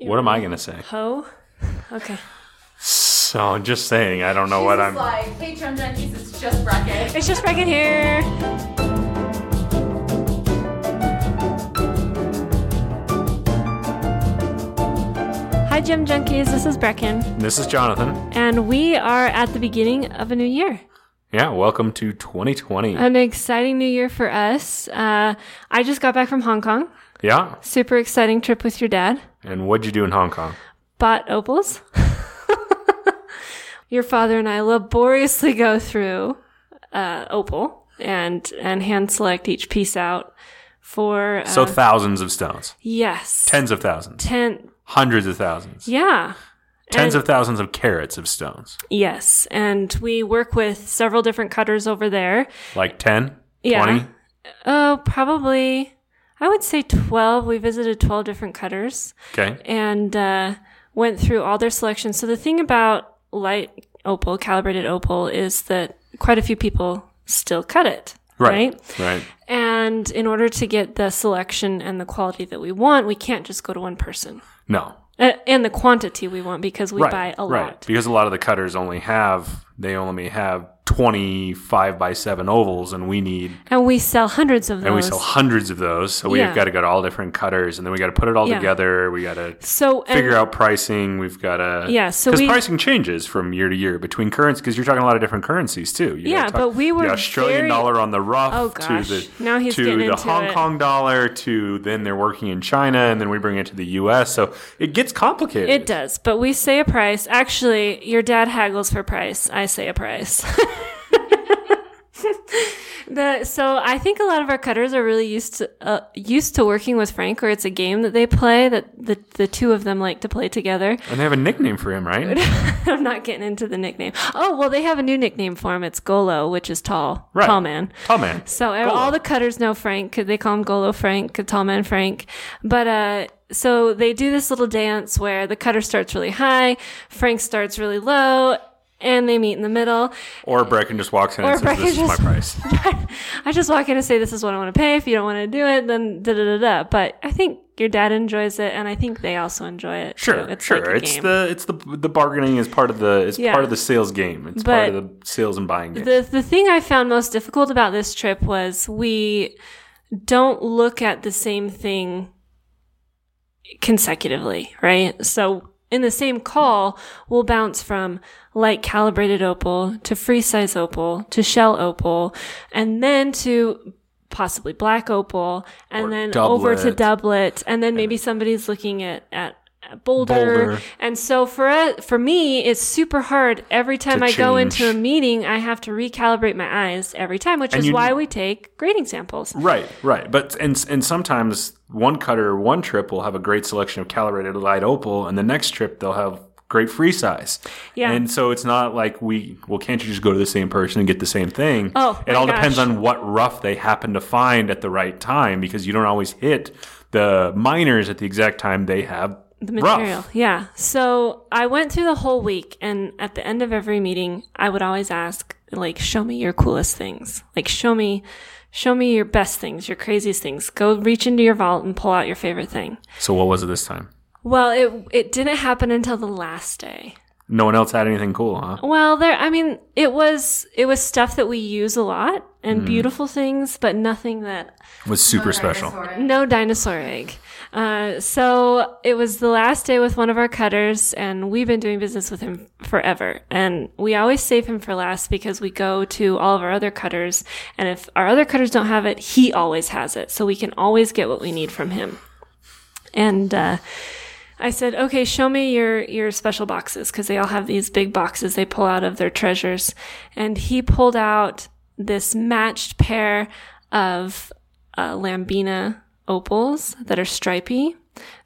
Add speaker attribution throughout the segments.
Speaker 1: What am I gonna say?
Speaker 2: Ho? Okay.
Speaker 1: So I'm just saying, I don't know what I'm.
Speaker 3: like, Patreon junkies, it's just bracket.
Speaker 2: It's just bracket here. Hi, Gem Junkies. This is Brecken,
Speaker 1: This is Jonathan.
Speaker 2: and we are at the beginning of a new year.
Speaker 1: Yeah, welcome to 2020.
Speaker 2: An exciting new year for us. Uh, I just got back from Hong Kong.
Speaker 1: yeah,
Speaker 2: Super exciting trip with your dad.
Speaker 1: and what'd you do in Hong Kong?
Speaker 2: Bought opals. your father and I laboriously go through uh, opal and and hand select each piece out for uh,
Speaker 1: So thousands of stones,
Speaker 2: yes
Speaker 1: tens of thousands,
Speaker 2: ten
Speaker 1: hundreds of thousands,
Speaker 2: yeah
Speaker 1: tens
Speaker 2: and-
Speaker 1: of thousands of carats of stones.
Speaker 2: yes and we work with several different cutters over there
Speaker 1: Like 10,
Speaker 2: Yeah.
Speaker 1: 20.
Speaker 2: oh probably i would say 12 we visited 12 different cutters
Speaker 1: Okay.
Speaker 2: and uh, went through all their selections. So the thing about light opal, calibrated opal, is that quite a few people still cut it, right?
Speaker 1: Right. Right.
Speaker 2: And in order to get the selection and the quality that we want, we can't just go to one person.
Speaker 1: No.
Speaker 2: Uh, and the quantity we want because we
Speaker 1: right.
Speaker 2: buy a
Speaker 1: right.
Speaker 2: lot.
Speaker 1: Because a lot of the cutters only have, they only have 25 by 7 ovals, and we need
Speaker 2: And we sell hundreds of those.
Speaker 1: and we sell hundreds of those. So we've
Speaker 2: Oh, Yeah.
Speaker 1: got to go to all different cutters, and then we got to put it all
Speaker 2: Yeah.
Speaker 1: together. We got to
Speaker 2: so and-
Speaker 1: figure out pricing. We've got to
Speaker 2: Yeah, so
Speaker 1: because
Speaker 2: we-
Speaker 1: pricing changes from year to year between currencies. Because you're talking a lot of different currencies too. You
Speaker 2: Yeah,
Speaker 1: gotta talk-
Speaker 2: but we were
Speaker 1: the Australian
Speaker 2: very-
Speaker 1: dollar on the rough
Speaker 2: Oh, gosh.
Speaker 1: to the
Speaker 2: Now he's
Speaker 1: to
Speaker 2: getting
Speaker 1: the
Speaker 2: into
Speaker 1: Hong
Speaker 2: it.
Speaker 1: Kong dollar to then they're working in China and then we bring it to the U.S. So it gets complicated.
Speaker 2: It does, but we say a price. Actually, your dad haggles for price. I say a price. the, so I think a lot of our cutters are really used to uh, used to working with Frank, or it's a game that they play that the the two of them like to play together.
Speaker 1: and they have a nickname for him, right?
Speaker 2: I'm not getting into the nickname. Oh well, they have a new nickname for him. It's Golo, which is tall,
Speaker 1: Right.
Speaker 2: tall man.
Speaker 1: Tall man.
Speaker 2: So uh, all the cutters know Frank. They call him Golo Frank, a tall man Frank. But uh, so they do this little dance where the cutter starts really high, Frank starts really low, and they meet in the middle.
Speaker 1: Or Brecken just walks in
Speaker 2: Or
Speaker 1: and says,
Speaker 2: Brecken
Speaker 1: "This is my
Speaker 2: just-
Speaker 1: price."
Speaker 2: I just walk in and say, "This is what I want to pay. If you don't want to do it, then da da da da." But I think your dad enjoys it, and I think they also enjoy it.
Speaker 1: Sure,
Speaker 2: too. It's
Speaker 1: sure.
Speaker 2: like a
Speaker 1: it's
Speaker 2: game.
Speaker 1: the it's the the bargaining is part of the it's
Speaker 2: Yeah.
Speaker 1: part of the sales game. It's part of the sales and buying game.
Speaker 2: The the thing I found most difficult about this trip was we don't look at the same thing consecutively, right? So in the same call, we'll bounce from light calibrated opal to free size opal to shell opal and then to possibly black opal and
Speaker 1: Or
Speaker 2: then over to
Speaker 1: doublet.
Speaker 2: doublet and then maybe somebody's looking at at at Boulder.
Speaker 1: Boulder.
Speaker 2: And so for us, for me, it's super hard every time
Speaker 1: To
Speaker 2: I go
Speaker 1: change.
Speaker 2: into a meeting. I have to recalibrate my eyes every time, which is
Speaker 1: you-
Speaker 2: why we take grading samples.
Speaker 1: Right, right. But and and sometimes one cutter, one trip will have a great selection of calibrated light opal, and the next trip they'll have great free size.
Speaker 2: Yeah.
Speaker 1: And so it's not like we well, can't you just go to the same person and get the same thing?
Speaker 2: Oh,
Speaker 1: it
Speaker 2: my
Speaker 1: all depends
Speaker 2: gosh.
Speaker 1: on what rough they happen to find at the right time because you don't always hit the miners at the exact time they have
Speaker 2: The material,
Speaker 1: Rough.
Speaker 2: yeah. So I went through the whole week, and at the end of every meeting, I would always ask, like, show me your coolest things. Like, show me, show me your best things, your craziest things. Go reach into your vault and pull out your favorite thing.
Speaker 1: So what was it this time?
Speaker 2: Well, it it didn't happen until the last day.
Speaker 1: No one else had anything cool, huh?
Speaker 2: Well, there. I mean, it was it was stuff that we use a lot
Speaker 1: Mm.
Speaker 2: and beautiful things, but nothing that
Speaker 1: Was super special.
Speaker 2: no dinosaur egg. Uh, so it was the last day with one of our cutters, and we've been doing business with him forever. And we always save him for last because we go to all of our other cutters, and if our other cutters don't have it, he always has it, so we can always get what we need from him. And uh, I said, "Okay, show me your your special boxes because they all have these big boxes they pull out of their treasures." And he pulled out this matched pair of uh, lambina opals that are stripy.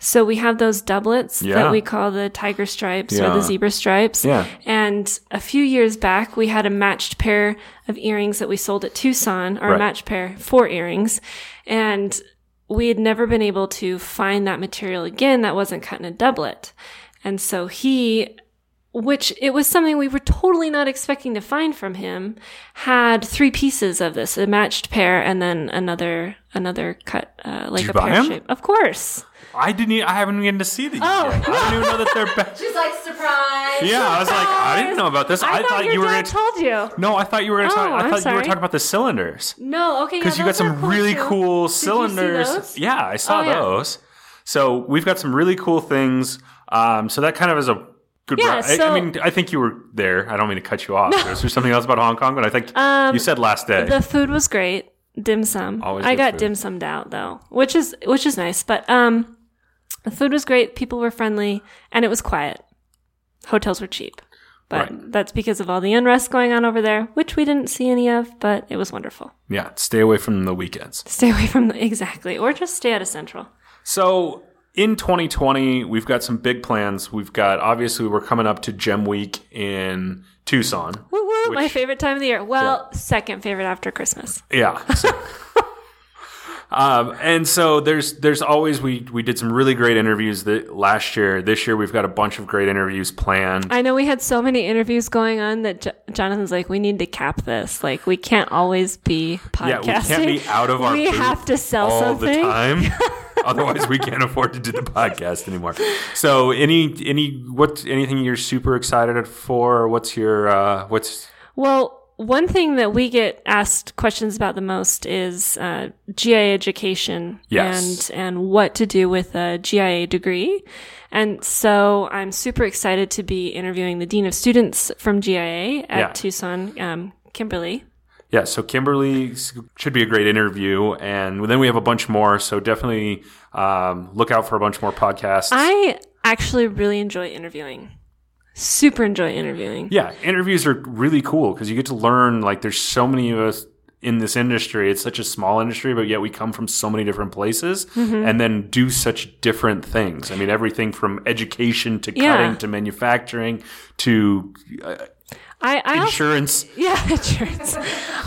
Speaker 2: So we have those doublets
Speaker 1: Yeah.
Speaker 2: that we call the tiger stripes or
Speaker 1: Yeah.
Speaker 2: the zebra stripes.
Speaker 1: Yeah.
Speaker 2: And a few years back, we had a matched pair of earrings that we sold at Tucson, or
Speaker 1: Right.
Speaker 2: a matched pair, four earrings. And we had never been able to find that material again that wasn't cut in a doublet. And so he which it was something we were totally not expecting to find from him, had three pieces of this, a matched pair and then another another cut uh, like
Speaker 1: you
Speaker 2: a
Speaker 1: buy
Speaker 2: pear
Speaker 1: them?
Speaker 2: shape. Of course.
Speaker 1: I didn't. e- I haven't even to see these.
Speaker 2: Oh.
Speaker 1: yet. I don't even know that they're back.
Speaker 3: She's like, surprise.
Speaker 1: Yeah, I was like, I didn't know about this. I, thought you were
Speaker 2: dad
Speaker 1: going to.
Speaker 2: told you.
Speaker 1: No, I thought you were going to talk.
Speaker 2: Oh,
Speaker 1: I
Speaker 2: I'm
Speaker 1: thought you were
Speaker 2: sorry.
Speaker 1: talking about the cylinders
Speaker 2: No, okay,
Speaker 1: because
Speaker 2: yeah,
Speaker 1: you got
Speaker 2: those are
Speaker 1: some really
Speaker 2: too.
Speaker 1: cool
Speaker 2: see
Speaker 1: cylinders.
Speaker 2: those?
Speaker 1: Yeah, I saw
Speaker 2: Oh, yeah.
Speaker 1: those. So we've got some really cool things. Um, so that kind of is a good.
Speaker 2: Yeah,
Speaker 1: I-
Speaker 2: so-
Speaker 1: I, mean, I think you were there. I don't mean to cut you off. Is there something else about Hong Kong? But I think you said last day.
Speaker 2: Um, The food was great. Dim sum.
Speaker 1: Always
Speaker 2: I
Speaker 1: good
Speaker 2: got
Speaker 1: food.
Speaker 2: dim summed out though, which is which is nice. But um, the food was great. People were friendly, and it was quiet. Hotels were cheap, but
Speaker 1: Right.
Speaker 2: that's because of all the unrest going on over there, which we didn't see any of. But it was wonderful.
Speaker 1: yeah, stay away from the weekends.
Speaker 2: Stay away from the, exactly, or just stay out of Central.
Speaker 1: So in 2020, we've got some big plans. We've got obviously we're coming up to Gem Week in Tucson.
Speaker 2: Woo woo! my
Speaker 1: Which-
Speaker 2: favorite time of the year. Well, second favorite after Christmas.
Speaker 1: Yeah. so- um, and so there's there's always we we did some really great interviews that last year. This year we've got a bunch of great interviews planned.
Speaker 2: I know we had so many interviews going on that jo- Jonathan's like, we need to cap this. Like, we can't always be
Speaker 1: yeah,
Speaker 2: podcasting.
Speaker 1: we can't be out of our
Speaker 2: We
Speaker 1: booth
Speaker 2: have to sell
Speaker 1: all the
Speaker 2: something.
Speaker 1: time. Otherwise, we can't afford to do the podcast anymore. So, any any what anything you're super excited for? Or what's your uh, what's
Speaker 2: Well, one thing that we get asked questions about the most is uh, GIA education
Speaker 1: Yes.
Speaker 2: and and what to do with a GIA degree. And so I'm super excited to be interviewing the dean of students from GIA at
Speaker 1: Yeah.
Speaker 2: Tucson, um, Kimberly.
Speaker 1: Yeah, so Kimberly s- should be a great interview, and then we have a bunch more. So definitely um, look out for a bunch more podcasts.
Speaker 2: I actually really enjoy interviewing. Super enjoy interviewing.
Speaker 1: yeah, interviews are really cool because you get to learn. Like, there's so many of us in this industry. It's such a small industry, but yet we come from so many different places
Speaker 2: Mm-hmm.
Speaker 1: and then do such different things. I mean, everything from education to cutting
Speaker 2: Yeah.
Speaker 1: to manufacturing to
Speaker 2: I, I also
Speaker 1: insurance.
Speaker 2: Yeah, insurance.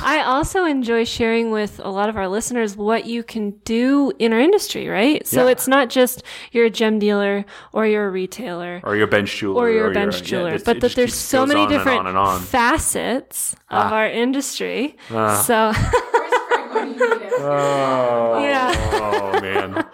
Speaker 2: I also enjoy sharing with a lot of our listeners what you can do in our industry, right? So
Speaker 1: Yeah.
Speaker 2: it's not just you're a gem dealer or you're a retailer
Speaker 1: Or your bench jeweler,
Speaker 2: or you're
Speaker 1: your-
Speaker 2: a bench
Speaker 1: yeah,
Speaker 2: jeweler,
Speaker 1: it's-
Speaker 2: but
Speaker 1: it
Speaker 2: that
Speaker 1: just
Speaker 2: there's
Speaker 1: keeps-
Speaker 2: so
Speaker 1: goes
Speaker 2: many
Speaker 1: on and
Speaker 2: different
Speaker 1: on and on. Ah.
Speaker 2: facets of our industry. So yeah.
Speaker 1: oh man.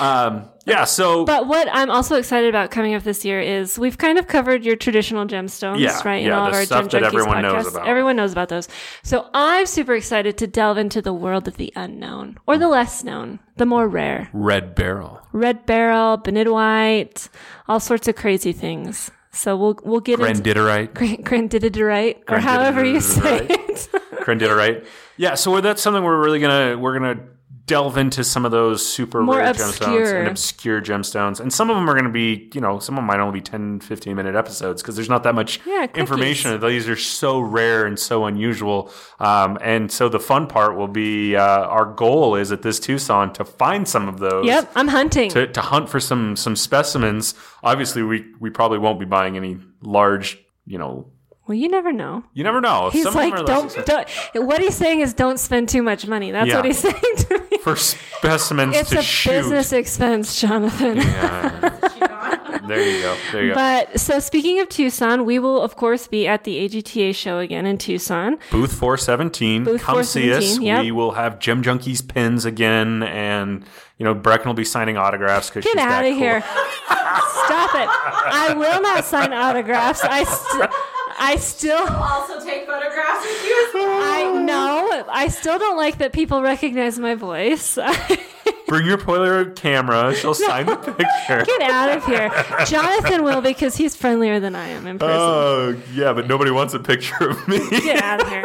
Speaker 1: Um, yeah. So
Speaker 2: But what I'm also excited about coming up this year is we've kind of covered your traditional gemstones,
Speaker 1: Yeah,
Speaker 2: right?
Speaker 1: yeah,
Speaker 2: in all of
Speaker 1: the
Speaker 2: our
Speaker 1: stuff
Speaker 2: Gem
Speaker 1: that
Speaker 2: Junkies
Speaker 1: everyone knows
Speaker 2: podcasts.
Speaker 1: about.
Speaker 2: Everyone knows about those. So I'm super excited to delve into the world of the unknown or the less known, the more rare.
Speaker 1: red barrel.
Speaker 2: Red barrel, Benid white, all sorts of crazy things. So we'll we'll get into
Speaker 1: Granditerite.
Speaker 2: Grand, Grandididorite, or however you say it.
Speaker 1: Granditerite. Yeah, so we're- that's something we're really gonna we're gonna delve into some of those super
Speaker 2: More
Speaker 1: rare gemstones
Speaker 2: obscure.
Speaker 1: and obscure gemstones. And some of them are gonna be, you know, some of them might only be 10, 15 minute episodes because there's not that much
Speaker 2: Yeah, quickies.
Speaker 1: information. These are so rare and so unusual. Um, and so the fun part will be uh, our goal is at this Tucson to find some of those.
Speaker 2: Yep, I'm hunting.
Speaker 1: to, to hunt for some some specimens. Obviously, we we probably won't be buying any large. You know,
Speaker 2: well, you never know.
Speaker 1: you never know.
Speaker 2: He's
Speaker 1: Some of them
Speaker 2: like,
Speaker 1: are less
Speaker 2: don't,
Speaker 1: expensive.
Speaker 2: don't. What he's saying is, don't spend too much money. That's
Speaker 1: Yeah.
Speaker 2: what he's saying to me.
Speaker 1: for specimens
Speaker 2: It's
Speaker 1: to
Speaker 2: a
Speaker 1: shoot.
Speaker 2: business expense, Jonathan.
Speaker 1: There you go. There you go.
Speaker 2: But so speaking of Tucson, we will of course be at the AGTA show again in Tucson.
Speaker 1: Booth 417.
Speaker 2: Booth
Speaker 1: Come see us.
Speaker 2: 417, yep.
Speaker 1: We will have Gem Junkies pins again. And, you know, Brecken will be signing autographs because she's
Speaker 2: Get
Speaker 1: that
Speaker 2: out of
Speaker 1: cool.
Speaker 2: here! Stop it! I will not sign autographs. I, st- I still,
Speaker 3: Also take photographs with you as well.
Speaker 2: I know, I still don't like that people recognize my voice.
Speaker 1: Bring your Polaroid camera. She'll sign the picture.
Speaker 2: Get out of here! Jonathan will because he's friendlier than I am in person.
Speaker 1: Oh, yeah, but nobody wants a picture of me.
Speaker 2: Get out of here.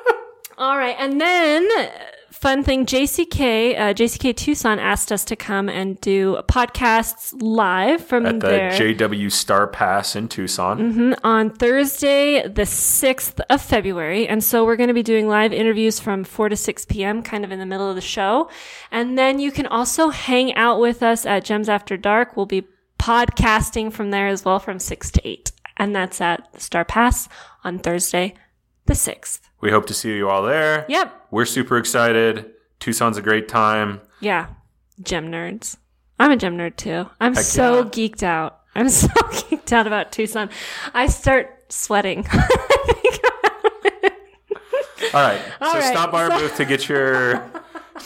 Speaker 2: All right. And then, uh, fun thing JCK, uh, JCK Tucson asked us to come and do podcasts live from
Speaker 1: At the
Speaker 2: there Mm-hmm.
Speaker 1: JW Star Pass in Tucson.
Speaker 2: on Thursday, the 6th of February. And so we're going to be doing live interviews from 4 to 6 p.m., kind of in the middle of the show. And then you can also hang out with us at Gems After Dark. We'll be podcasting from there as well from 6 to 8. And that's at Star Pass on Thursday, the 6th.
Speaker 1: We hope to see you all there.
Speaker 2: Yep.
Speaker 1: We're super excited. Tucson's a great time.
Speaker 2: Yeah. Gem nerds. I'm a gem nerd too. I'm so geeked out. I'm so geeked freaked out about Tucson. I start sweating.
Speaker 1: All right. so
Speaker 2: right.
Speaker 1: stop by our booth to get your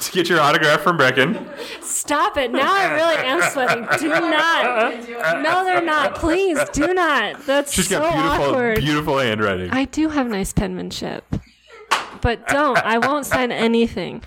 Speaker 1: to get your autograph from Brecken.
Speaker 2: Stop it. Now I really am sweating. Do not. No, they're not. Please do not. That's
Speaker 1: She's
Speaker 2: so
Speaker 1: got beautiful
Speaker 2: awkward.
Speaker 1: beautiful handwriting.
Speaker 2: I do have nice penmanship, but don't. I won't sign anything.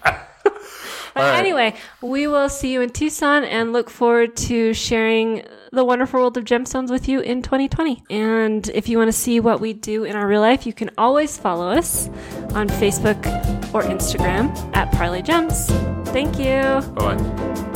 Speaker 2: But
Speaker 1: right.
Speaker 2: anyway, we will see you in Tucson and look forward to sharing the wonderful world of gemstones with you in 2020. And if you want to see what we do in our real life, you can always follow us on Facebook or Instagram at Parley Gems. Thank you.
Speaker 1: Bye.